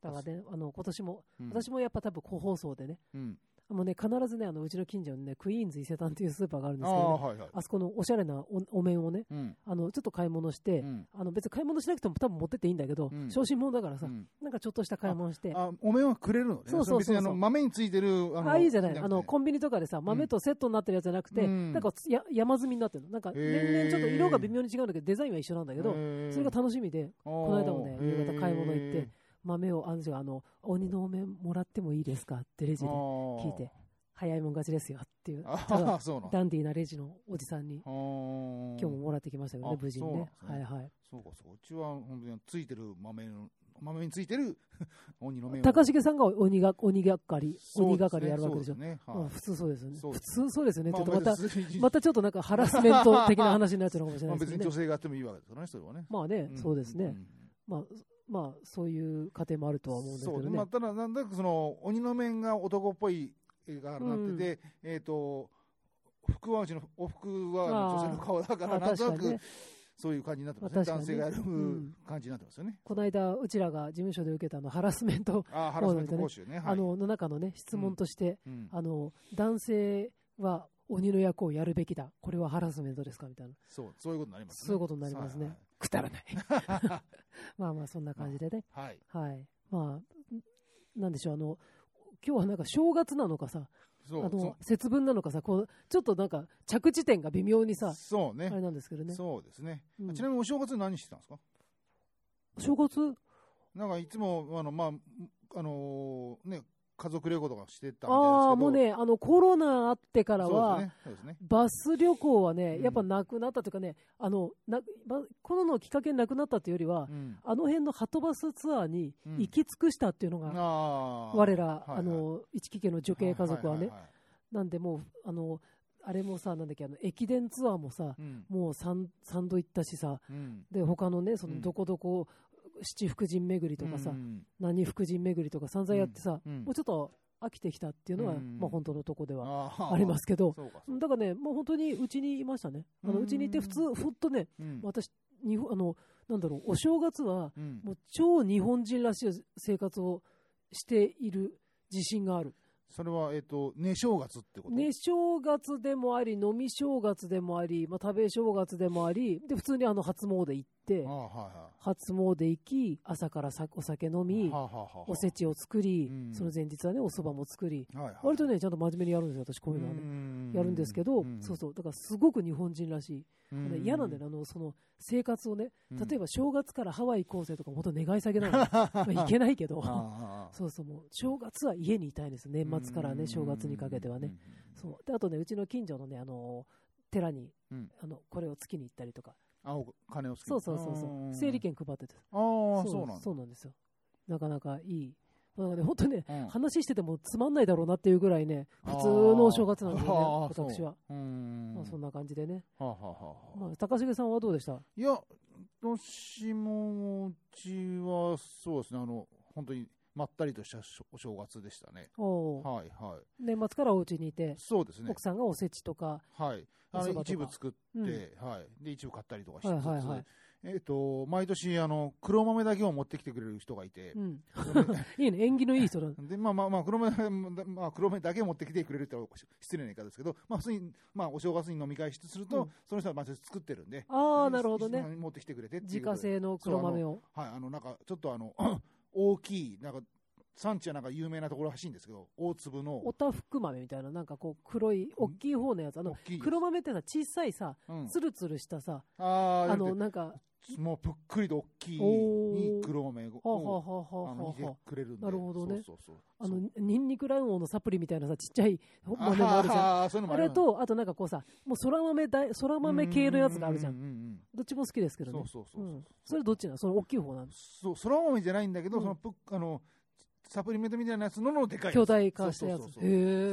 Speaker 3: だからね、あの今年も、
Speaker 2: うん
Speaker 3: 私もやっぱ多分、個包装でね、
Speaker 2: うん。
Speaker 3: もうね、必ずね、あのうちの近所にね、クイーンズ伊勢丹っていうスーパーがあるんで
Speaker 2: あ
Speaker 3: すけど
Speaker 2: あ、
Speaker 3: ね、
Speaker 2: はいはい。
Speaker 3: あそこのおしゃれなおお面をね、
Speaker 2: うん。
Speaker 3: あのちょっと買い物して、
Speaker 2: うん
Speaker 3: あの別に買い物しなくても多分持ってっていいんだけど、
Speaker 2: うん
Speaker 3: 小心者だからさ、
Speaker 2: うん
Speaker 3: なんかちょっとした買い物して、
Speaker 2: あ、お面はくれるのね。
Speaker 3: そうそうそうそう
Speaker 2: 別にあの、豆についてる、の
Speaker 3: ああいうじゃない、あの、
Speaker 2: くて
Speaker 3: コンビニとかでさ、豆とセットになってるやつじゃなくて、
Speaker 2: うん
Speaker 3: なんかつや山積みになってるの。なんか、
Speaker 2: へー
Speaker 3: 年々ちょっと色が微妙に違うんだけど、デザインは一緒なんだけど、
Speaker 2: へー
Speaker 3: それが楽しみで、この間もね
Speaker 2: あー
Speaker 3: 夕方買い物行って
Speaker 2: へー
Speaker 3: 豆を、あの、あの鬼のお面もらってもいいですかってレジで聞いて、早いもん勝ちですよっていう、
Speaker 2: あー
Speaker 3: た
Speaker 2: あ
Speaker 3: だ
Speaker 2: ー、、そうなんだ。
Speaker 3: ダンディーなレジのおじさんに、
Speaker 2: 今
Speaker 3: 今日ももらってきましたけど
Speaker 2: あ
Speaker 3: ね、無事にね。
Speaker 2: そうな
Speaker 3: は
Speaker 2: ん
Speaker 3: い
Speaker 2: です
Speaker 3: はい。
Speaker 2: そうか、そう。うちは、本当についてる豆の、豆についてる (laughs) 鬼の面を
Speaker 3: 高重さんが鬼が、鬼がかり、
Speaker 2: そう
Speaker 3: 鬼
Speaker 2: ですね
Speaker 3: がかりやるわけでしょ。
Speaker 2: そうね。
Speaker 3: まあ
Speaker 2: はい
Speaker 3: 普通そうですよね。
Speaker 2: そう
Speaker 3: 普通そうですよね。ちょっとま
Speaker 2: まあ
Speaker 3: た、
Speaker 2: 別に
Speaker 3: またちょっとなんかハラスメント的な話になっちゃうのかもしれ
Speaker 2: ま
Speaker 3: な
Speaker 2: あ
Speaker 3: いで
Speaker 2: 別
Speaker 3: す
Speaker 2: に
Speaker 3: け
Speaker 2: 女
Speaker 3: どね。
Speaker 2: 性がやってもいいわけですからね、それはね。
Speaker 3: まあね、
Speaker 2: ん
Speaker 3: そうですね。
Speaker 2: ん
Speaker 3: まあ、まあ、そういう家庭もあるとは思うんですけ
Speaker 2: そう
Speaker 3: ど
Speaker 2: ね。
Speaker 3: ね
Speaker 2: まあ。ただ、なんだかその、鬼の面が男っぽい絵柄になってて、えっと、服はうちの、お服は女性の顔だから、
Speaker 3: あ
Speaker 2: なんとな
Speaker 3: 確かに
Speaker 2: く
Speaker 3: ね、
Speaker 2: そういう感じになってます
Speaker 3: ま
Speaker 2: ね。
Speaker 3: あ
Speaker 2: 男
Speaker 3: 確か
Speaker 2: 性
Speaker 3: にね
Speaker 2: がやる
Speaker 3: ん
Speaker 2: 感じになってますよね。
Speaker 3: この間、うちらが事務所で受けたあのハラスメント、
Speaker 2: ああ、ハラスメント講習ね。はい
Speaker 3: あ、の、の中のね、質問として、
Speaker 2: うん
Speaker 3: あの、男性は鬼の役をやるべきだ。これはハラスメントですかみたいな。
Speaker 2: そう、そういうことになりますね。
Speaker 3: そういうことになりますね。く
Speaker 2: (laughs)
Speaker 3: だらない。まあまあ、そんな感じでね。
Speaker 2: はい。はい。
Speaker 3: はい。まあ、んなんでしょう、あの、今日はなんか正月なのかさ、
Speaker 2: そ
Speaker 3: あ
Speaker 2: う。
Speaker 3: の、節分なのかさ、こう、ちょっとなんか着地点が微妙に
Speaker 2: そ
Speaker 3: さ
Speaker 2: う、そうね
Speaker 3: あれなんですけどね。
Speaker 2: そうですね。
Speaker 3: うん
Speaker 2: ちなみにお正月何してたんですか
Speaker 3: 正月
Speaker 2: なんかいつも、あの、まあ、あのーね、家族旅行とかしてたみたいですけ
Speaker 3: あ
Speaker 2: ど
Speaker 3: あ、もうね、あの、コロナあってから
Speaker 2: そう
Speaker 3: は、
Speaker 2: ですねそうですね
Speaker 3: バス旅行はね、
Speaker 2: うん
Speaker 3: やっぱなくなったというかね、あの、なばコロナのきっかけになくなったというよりは、
Speaker 2: うん
Speaker 3: あの辺のハトバスツアーに
Speaker 2: うん
Speaker 3: 行き尽くしたっていうのが、
Speaker 2: あー
Speaker 3: 我ら、
Speaker 2: はいはい
Speaker 3: あの、一木家の女系家族はね、
Speaker 2: いいいい
Speaker 3: なんでもう、あの、あれもさ、なんだっけ、あの、駅伝ツアーもさ、
Speaker 2: うん
Speaker 3: もう三三度行ったしさ、
Speaker 2: うん
Speaker 3: で、他のね、そうの、
Speaker 2: ん
Speaker 3: どこどこ、七福神巡りとかさ、
Speaker 2: うん
Speaker 3: 何福神巡りとか散々やってさ、
Speaker 2: うん
Speaker 3: もうちょっと飽きてきたっていうのは、
Speaker 2: うん
Speaker 3: まあ本当のとこでは
Speaker 2: あー
Speaker 3: ありますけど、
Speaker 2: そうかそうか
Speaker 3: だからね、もう本当にうちにいましたね。あの
Speaker 2: うん
Speaker 3: うちにいて普通、ほんとね、
Speaker 2: うん
Speaker 3: 私、日本、あの、なんだろう、お正月は、
Speaker 2: うん
Speaker 3: もう超日本人らしい生活をしている自信がある。
Speaker 2: それはえっと寝正月ってこと
Speaker 3: 寝正月でもあり、飲み正月でもあり、まあ、食べ正月でもあり、で、普通にあの、初詣行って
Speaker 2: あー、は
Speaker 3: 初詣行き、朝からさお酒飲
Speaker 2: いはい
Speaker 3: み、
Speaker 2: はあはあはあはあ
Speaker 3: おせちを作り、
Speaker 2: うん
Speaker 3: その前日はね、お蕎麦も作り、
Speaker 2: はいはい
Speaker 3: 割とね、ちゃんと真面目にやるんですよ、私、こういうのはね。やるんですけど、そうそう、だからすごく日本人らしい。
Speaker 2: うん
Speaker 3: あのね嫌なんだよね、あの、その、生活をね、
Speaker 2: うん
Speaker 3: 例えば正月からハワイ行こうぜとか、本当願い下げな
Speaker 2: (laughs)
Speaker 3: の。まあ、いけないけど、
Speaker 2: あー
Speaker 3: そうそう、もう、正月は家にいたいです、年末からね、正月にかけてはね。。そう。で、あとね、うちの近所のね、あの、寺に、
Speaker 2: うん
Speaker 3: あの、これを月に行ったりとか、
Speaker 2: あ、お金をつけ
Speaker 3: そうそうそうそう、整理。券配ってて、
Speaker 2: あーあー、そうなんだ
Speaker 3: そうなんですよ。なかなかいい。まあ、なんかね、本当ね、
Speaker 2: うん
Speaker 3: 話しててもつまんないだろうなっていうぐらいね、普通のお正月なんです
Speaker 2: あー
Speaker 3: よ
Speaker 2: あ
Speaker 3: ね、
Speaker 2: ーそう
Speaker 3: 私は。
Speaker 2: うん
Speaker 3: まあ、そんな感じでね。
Speaker 2: はあはあはあ
Speaker 3: ま
Speaker 2: はあ
Speaker 3: あ、高重さんはどうでした
Speaker 2: いや、私もうちはそうですね、あの、本当にまったりとしたお正月でしたね。
Speaker 3: おー
Speaker 2: はいはい。
Speaker 3: 年末からお家にいて、
Speaker 2: そうですね
Speaker 3: 奥。さんがおせちとか、
Speaker 2: はい。あ
Speaker 3: お蕎麦と
Speaker 2: の
Speaker 3: か
Speaker 2: 一部作って、
Speaker 3: うん
Speaker 2: はい。で、一部買ったりとかし
Speaker 3: はいはいはい
Speaker 2: つつ、えっと、毎年、あの、黒豆だけを持ってきてくれる人がいて
Speaker 3: う、ん、
Speaker 2: それ
Speaker 3: いいね、縁起のいい人だ。
Speaker 2: で、まあまあまあ、黒目、まあ、黒目だけ持ってきてくれるって言ったら失礼な言い方ですけど、まあ普通に、まあお正月に飲み会すると、
Speaker 3: うん
Speaker 2: その人はまあ作ってるんで。
Speaker 3: ああ、なるほどね。
Speaker 2: 持ってきてくれてってい
Speaker 3: 自
Speaker 2: うこと
Speaker 3: 家
Speaker 2: で。
Speaker 3: 製の黒豆を。
Speaker 2: はい、あの、なんか、ちょっとあの、 (clears throat) 大きい、なんか、産地はなんか有名なところらしいんですけど、大粒の
Speaker 3: おたふく豆みたいな、なんかこう、黒い、
Speaker 2: うん
Speaker 3: 大きい方のやつ。あ
Speaker 2: 大
Speaker 3: の、
Speaker 2: きい。
Speaker 3: 黒豆ってさ、小さいさ、
Speaker 2: うん、
Speaker 3: つるつるしたさ、
Speaker 2: あー
Speaker 3: あ
Speaker 2: だ
Speaker 3: の、
Speaker 2: っ
Speaker 3: なんか、
Speaker 2: てもうぷっくりと大きい
Speaker 3: おー
Speaker 2: 黒豆
Speaker 3: はあは
Speaker 2: を、
Speaker 3: はは
Speaker 2: あ
Speaker 3: は
Speaker 2: の、煮
Speaker 3: は
Speaker 2: てくれるんで。
Speaker 3: なるほどね
Speaker 2: そうそうそう。
Speaker 3: あの、ニンニク卵黄のサプリみたいなさ、ちっちゃい
Speaker 2: そう、
Speaker 3: 豆もあるじゃん。
Speaker 2: あーそういうのも
Speaker 3: あ
Speaker 2: ある
Speaker 3: れ、と、あとなんかこうさ、もう空豆大、空豆系のやつがあるじゃ。
Speaker 2: うんうううんうん。
Speaker 3: どっちも好きですけど
Speaker 2: そ
Speaker 3: ね
Speaker 2: う。そうそうう。
Speaker 3: ん。それどっちなのその大きい方なの
Speaker 2: そう、そら豆じゃないんだけど、
Speaker 3: うん
Speaker 2: そのプッあの、サプリメントみたいなやつののでかいやつ
Speaker 3: 巨大化したやつ
Speaker 2: そう。そうそうそう
Speaker 3: へ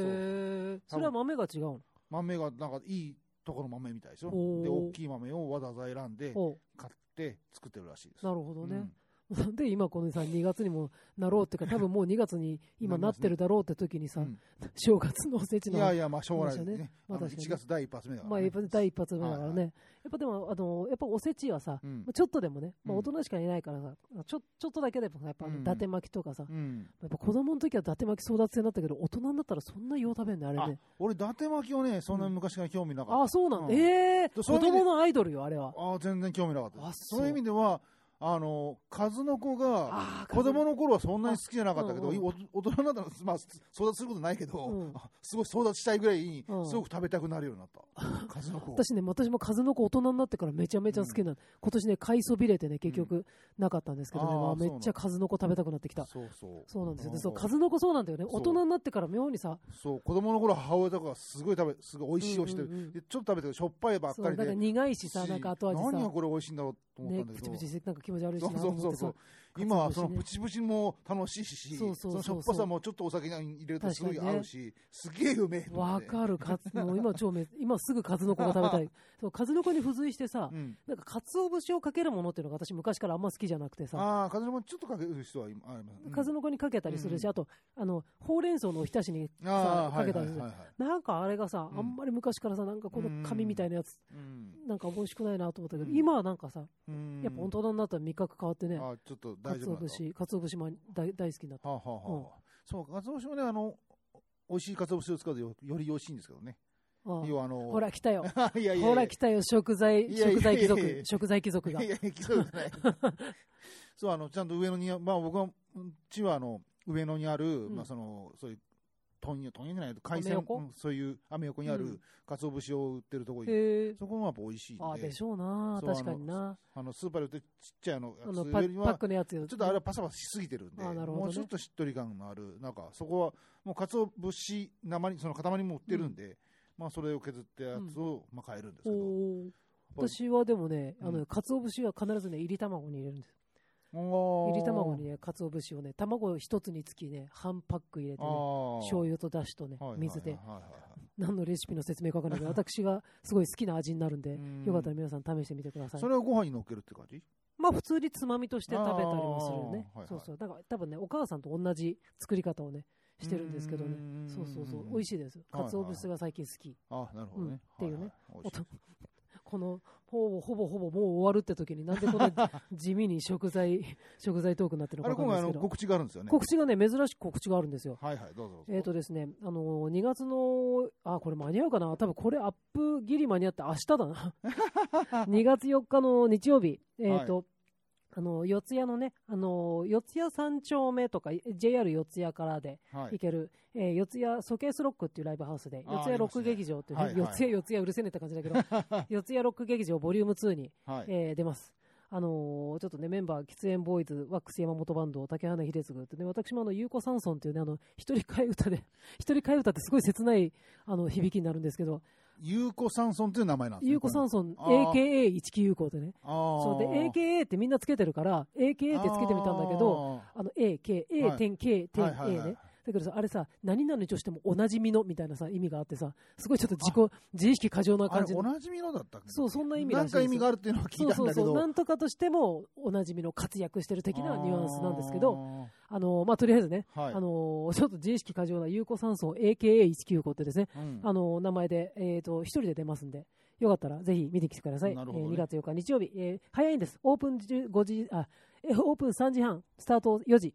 Speaker 3: え。それは豆が違うの
Speaker 2: 豆がなんかいいところの豆みたいでしょ。
Speaker 3: おー
Speaker 2: で、大きい豆をわざわざ選んで、
Speaker 3: ほ
Speaker 2: 買って作ってるらしいです。
Speaker 3: うな
Speaker 2: る
Speaker 3: るほどね。で、今このさ、2月にもなろ
Speaker 2: (laughs)
Speaker 3: うっていうか、多分もう2月に今なってるだろうって時にさ、正月のおせち
Speaker 2: いや
Speaker 3: の、
Speaker 2: いや、まあ、しょうがないです
Speaker 3: そうですよ
Speaker 2: ね。あ
Speaker 3: まあ
Speaker 2: の
Speaker 3: 確かに
Speaker 2: 1月第一発目だから、
Speaker 3: まあ、やっぱ第一発目だからね。
Speaker 2: はいは
Speaker 3: やっぱでも、あの、やっぱおせちはさ、
Speaker 2: うん
Speaker 3: まあちょっとでもね、まあ、
Speaker 2: うん
Speaker 3: 大人しかいないからさ、ちょちょっとだけでもさやっぱあ
Speaker 2: う
Speaker 3: の
Speaker 2: ん
Speaker 3: 伊達巻きとかさ、
Speaker 2: うん。
Speaker 3: やっぱ子供の時は伊達巻き争奪戦だったけど、大人になったらそんなよう食べんね、あれ
Speaker 2: あ
Speaker 3: ね。、
Speaker 2: 俺、伊達巻きをね、そんなに昔から興味なかった。
Speaker 3: ああ、そうなんだ。
Speaker 2: うん
Speaker 3: ええ
Speaker 2: でそう
Speaker 3: 子
Speaker 2: いう意味で
Speaker 3: 供のアイドルよ、あれは。
Speaker 2: ああ、全然興味なかったです
Speaker 3: あそう
Speaker 2: そういう意味では、あの、数の子が、
Speaker 3: ああ、
Speaker 2: 子供の頃はそんなに好きじゃなかったけ
Speaker 3: あ
Speaker 2: ど、
Speaker 3: うんうん
Speaker 2: お大人になったら、まあ、争奪することないけど、
Speaker 3: うん
Speaker 2: あすごい争奪したいぐらいに、す
Speaker 3: う
Speaker 2: ご
Speaker 3: ん
Speaker 2: く食べたくなるようになった。数の子。
Speaker 3: 私ね、私も数の子大人になってからめちゃめちゃ好きなの、今年ね、買いそびれてね、結局なかったんですけどね、
Speaker 2: あー
Speaker 3: まあ、
Speaker 2: そうなん
Speaker 3: め
Speaker 2: だ
Speaker 3: っちゃ数の子食べたくなってきた。
Speaker 2: そうそう。
Speaker 3: そうなんですよね。そう、
Speaker 2: ん
Speaker 3: 数の子そうなんだよね。
Speaker 2: そう
Speaker 3: 大人になってから妙にさ、
Speaker 2: そう、子供の頃は母親とかがすごい食べ、すごい美味しいをしてる。
Speaker 3: うんうんうん
Speaker 2: でちょっと食べてるしょっぱいばっ
Speaker 3: そ
Speaker 2: か
Speaker 3: う
Speaker 2: り
Speaker 3: な
Speaker 2: で
Speaker 3: んか。苦いしさ、なんか後味さ、
Speaker 2: 何がこれ美味しいんだろうと思っ
Speaker 3: ね、
Speaker 2: たんだ
Speaker 3: プ
Speaker 2: け
Speaker 3: チ
Speaker 2: ど、
Speaker 3: プチしてなんか気持ち悪いし
Speaker 2: そう
Speaker 3: な
Speaker 2: そ
Speaker 3: と
Speaker 2: うそ
Speaker 3: 思っ
Speaker 2: う
Speaker 3: て
Speaker 2: そ
Speaker 3: さ
Speaker 2: う、今は
Speaker 3: カツ
Speaker 2: そ
Speaker 3: オ
Speaker 2: の
Speaker 3: 節ね
Speaker 2: プチプチも楽しいし
Speaker 3: そうそうそうそう
Speaker 2: のしょっぱさもちょっとお酒に入れるとすごい合うし、すげえうめえと思っ
Speaker 3: わ
Speaker 2: て (laughs)
Speaker 3: かる、かつ、もう今超め、今すぐ数の子が食べたい。そう、数の子に付随してさ、
Speaker 2: うん、
Speaker 3: なんか、鰹節をかけるものっていうのが私昔からあんま好きじゃなくてさ、
Speaker 2: ああ、風のもちょっとかける人は今あります、うん
Speaker 3: 数の子にかけたりするし、
Speaker 2: うん
Speaker 3: あと、あの、ほうれん草のおひたしに
Speaker 2: あ
Speaker 3: さ
Speaker 2: あ、
Speaker 3: か
Speaker 2: はい
Speaker 3: け
Speaker 2: は
Speaker 3: た
Speaker 2: い
Speaker 3: りす
Speaker 2: はい
Speaker 3: る
Speaker 2: はい。
Speaker 3: なんかあれがさ、
Speaker 2: うん
Speaker 3: あんまり昔からさ、なんかこの紙みたいなやつ、
Speaker 2: うん
Speaker 3: なんか美味しくないなと思ったけど、
Speaker 2: うん
Speaker 3: 今はなんかさ、
Speaker 2: うん
Speaker 3: やっぱ大人になったら味覚変わってね、
Speaker 2: ああちょっと
Speaker 3: か
Speaker 2: 大
Speaker 3: つ
Speaker 2: 丈夫
Speaker 3: お
Speaker 2: なんだ。
Speaker 3: 節、かつお節も大大好きになった。
Speaker 2: はあ、はあはあ
Speaker 3: うん
Speaker 2: そう、かつお節もね、あの、美味しいかつお節を使うとよより美味しいんですけどね。
Speaker 3: ああ
Speaker 2: 要はあの、
Speaker 3: ほら来たよ。
Speaker 2: (laughs) いやいやいや
Speaker 3: ほら来たよ、食材、
Speaker 2: いやいやいや
Speaker 3: 食材貴
Speaker 2: いやいやい
Speaker 3: 族、
Speaker 2: や
Speaker 3: 食材貴族が
Speaker 2: い。やいや、 (laughs) そうじゃない。そう、あの、ちゃんと上野に、まあ僕は、うんちはあの、上野にある、
Speaker 3: ん
Speaker 2: まあその、そういう、問屋、問屋じゃないと、海鮮
Speaker 3: アメ横
Speaker 2: うんそういう、アメ横にあ
Speaker 3: う
Speaker 2: る
Speaker 3: ん、
Speaker 2: 鰹節を売ってるとこに、
Speaker 3: へえ。
Speaker 2: そこもやっぱ美味しいんで。
Speaker 3: あ、でしょうな。
Speaker 2: そう
Speaker 3: 確かにな。
Speaker 2: あの、スーパーで売ってるちっちゃいあの、
Speaker 3: あ
Speaker 2: や
Speaker 3: の
Speaker 2: つ
Speaker 3: パ
Speaker 2: より
Speaker 3: パッ
Speaker 2: は、
Speaker 3: クのやつよ。
Speaker 2: ちょっとあれはパサパサしすぎてるんで、
Speaker 3: あなるほどね
Speaker 2: もうちょっとしっとり感のある、なんか、そこは、もう、鰹節、鉛、その塊も売ってるんで、まあ、それを削ったやつを、まあ、買えるんですけど。
Speaker 3: おー
Speaker 2: ぱり
Speaker 3: 私はでもね、あ
Speaker 2: う
Speaker 3: の、
Speaker 2: ん
Speaker 3: 鰹節は必ずね、入り卵に入れるんです。
Speaker 2: お
Speaker 3: ゆ
Speaker 2: ー
Speaker 3: り卵にね、鰹節をね、卵一つにつきね、半パック入れて
Speaker 2: あ
Speaker 3: ね、
Speaker 2: ー
Speaker 3: 醤油と出汁とね
Speaker 2: はいはいは、い
Speaker 3: 水で
Speaker 2: は、いはい
Speaker 3: 何のレシピの説明かわから
Speaker 2: (laughs)
Speaker 3: ないけど、私がすごい好きな味になるんで
Speaker 2: う、ん
Speaker 3: よかったら皆さん試してみてください
Speaker 2: そ。れをご飯に乗っけるって感じ
Speaker 3: まあ普通につまみとして食べたりもするよね
Speaker 2: あーはいは。い
Speaker 3: そうそう。だから多分ね、お母さんと同じ作り方をね、してるんですけど
Speaker 2: う
Speaker 3: ね。
Speaker 2: ん
Speaker 3: そうそうそう。美味しいです。
Speaker 2: はいはい
Speaker 3: 鰹節が最近好き。
Speaker 2: あなるほどね。
Speaker 3: うんっていうね
Speaker 2: はは美味しい
Speaker 3: このほぼほぼほぼもう終わるって時になんで
Speaker 2: (laughs)
Speaker 3: この地味に食材食材トークになってる
Speaker 2: あ
Speaker 3: の
Speaker 2: れ、
Speaker 3: か
Speaker 2: 今
Speaker 3: わ
Speaker 2: 回あ
Speaker 3: かんないです
Speaker 2: の
Speaker 3: けど
Speaker 2: 告知があるんですよね。
Speaker 3: 告知がね珍しく告知があるんですよ
Speaker 2: はいはい、どうぞどうぞ。
Speaker 3: えーとですねあの2月のあこれ間に合うかな多分これアップギリ間に合って明日だ
Speaker 2: (laughs)
Speaker 3: な2月4日の日曜日えっ、と、あの四谷のね、あの四谷三丁目とか、JR 四谷からで
Speaker 2: はい
Speaker 3: 行ける、えー四谷ソケースロックっていうライブハウスで、
Speaker 2: あー
Speaker 3: 四谷ロック劇場っていう、ね
Speaker 2: ありますねはいはい
Speaker 3: 四谷四谷うるせえねって感じ
Speaker 2: (laughs)
Speaker 3: だけど、四谷ロック劇場ボリューム2に、
Speaker 2: はい。
Speaker 3: えー出ます。あのーちょっとね、メンバー、喫煙ボーイズ、ワックス山本バンド、竹花秀次ってね、私もあの、ゆうこさんそんっていうね、あの、一人替え歌で、 (laughs) 一人替え歌ってすごい切ない、あの、響きになるんですけど、
Speaker 2: ゆうこさんそんっていう名前なんですね。
Speaker 3: ゆうこさん
Speaker 2: そ
Speaker 3: そん、
Speaker 2: あー
Speaker 3: AKA 一木ゆうこでね。そううで、AKA ってみんなつけてるから、AKA ってつけてみたんだけど、、あの、
Speaker 2: は
Speaker 3: AKA
Speaker 2: い
Speaker 3: 点 K
Speaker 2: あー
Speaker 3: 点
Speaker 2: はいはい
Speaker 3: A
Speaker 2: はい
Speaker 3: ね。だけどさ、あれさ、何々女子でもおなじみのみたいなさ、意味があってさ、すごいちょっと自己、自意識過剰な
Speaker 2: あ
Speaker 3: 感
Speaker 2: れ、
Speaker 3: じ
Speaker 2: お
Speaker 3: の。
Speaker 2: なじみのだったっけ
Speaker 3: そう、そんな意味
Speaker 2: な
Speaker 3: ら
Speaker 2: ん
Speaker 3: しい
Speaker 2: か
Speaker 3: です
Speaker 2: 意
Speaker 3: よ
Speaker 2: 味があるっていうのは聞い
Speaker 3: そう
Speaker 2: た
Speaker 3: そ
Speaker 2: ん
Speaker 3: う
Speaker 2: だけ
Speaker 3: そう、な
Speaker 2: ど。
Speaker 3: んとかとしてもおなじみの活躍してる的なニュアンスなんですけど、
Speaker 2: あ
Speaker 3: あのまあ、とりあえずね、
Speaker 2: ー、はい。
Speaker 3: あのちょっと自意識過剰な有効酸素 AKA195 ってですね、
Speaker 2: うん、
Speaker 3: あの名前で、えー、と一人で出ますんで、よかったらぜひ見てきてください、
Speaker 2: なるほどね
Speaker 3: えー2月4日日曜日、えー早いんです、オープン5時あ、えーオープン3時半、スタート4時、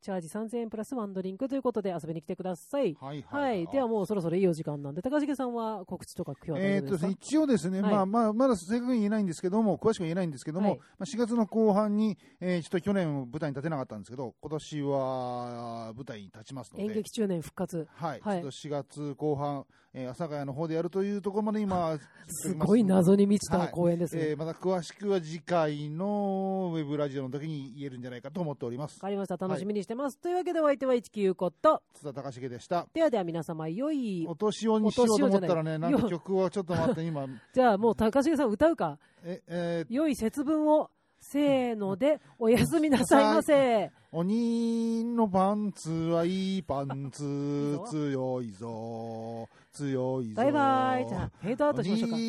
Speaker 3: チャージ3000円プラスワンドリンクということで遊びに来てください。
Speaker 2: はい
Speaker 3: は、
Speaker 2: はいい。
Speaker 3: ではもうそろそろいいお時間なんで、高重さんは告知とか今日は
Speaker 2: え
Speaker 3: 大
Speaker 2: ー
Speaker 3: 丈
Speaker 2: とで
Speaker 3: 夫ですす
Speaker 2: ね
Speaker 3: か、
Speaker 2: 一応ですね、
Speaker 3: はい
Speaker 2: まあまあ、まだ正確に言えないんですけども、詳しくは言えないんですけども、
Speaker 3: はい
Speaker 2: まあ、4月の後半に、えーちょっと去年舞台に立てなかったんですけど、今年は舞台に立ちますので。
Speaker 3: 演劇中年復活、
Speaker 2: はい、
Speaker 3: はい
Speaker 2: ちょっと4月後半、えー、阿佐ヶ谷の方でやるというところまで今、
Speaker 3: (laughs) すごい謎に満ちた公演ですね。
Speaker 2: えーまた詳しくは次回のウェブラジオの時に言えるんじゃないかと思っております
Speaker 3: わ。かりました。楽しみにしてます。というわけでお相手は19こと。
Speaker 2: 津田隆重でした。
Speaker 3: ではでは皆様、良い
Speaker 2: お。年をにしようと思ったらね、な
Speaker 3: お年をじゃない
Speaker 2: んか曲をちょっと待って、今、
Speaker 3: じゃあもう高重さん歌うか。
Speaker 2: え、えー
Speaker 3: 良い節分を。せーので、おやすみなさいませ。
Speaker 2: 鬼のパンツはいいパンツ
Speaker 3: いいぞ、
Speaker 2: 強いぞ、強いぞ。
Speaker 3: バイバイ。じゃあ、フェードアウトしましょうか。
Speaker 2: 鬼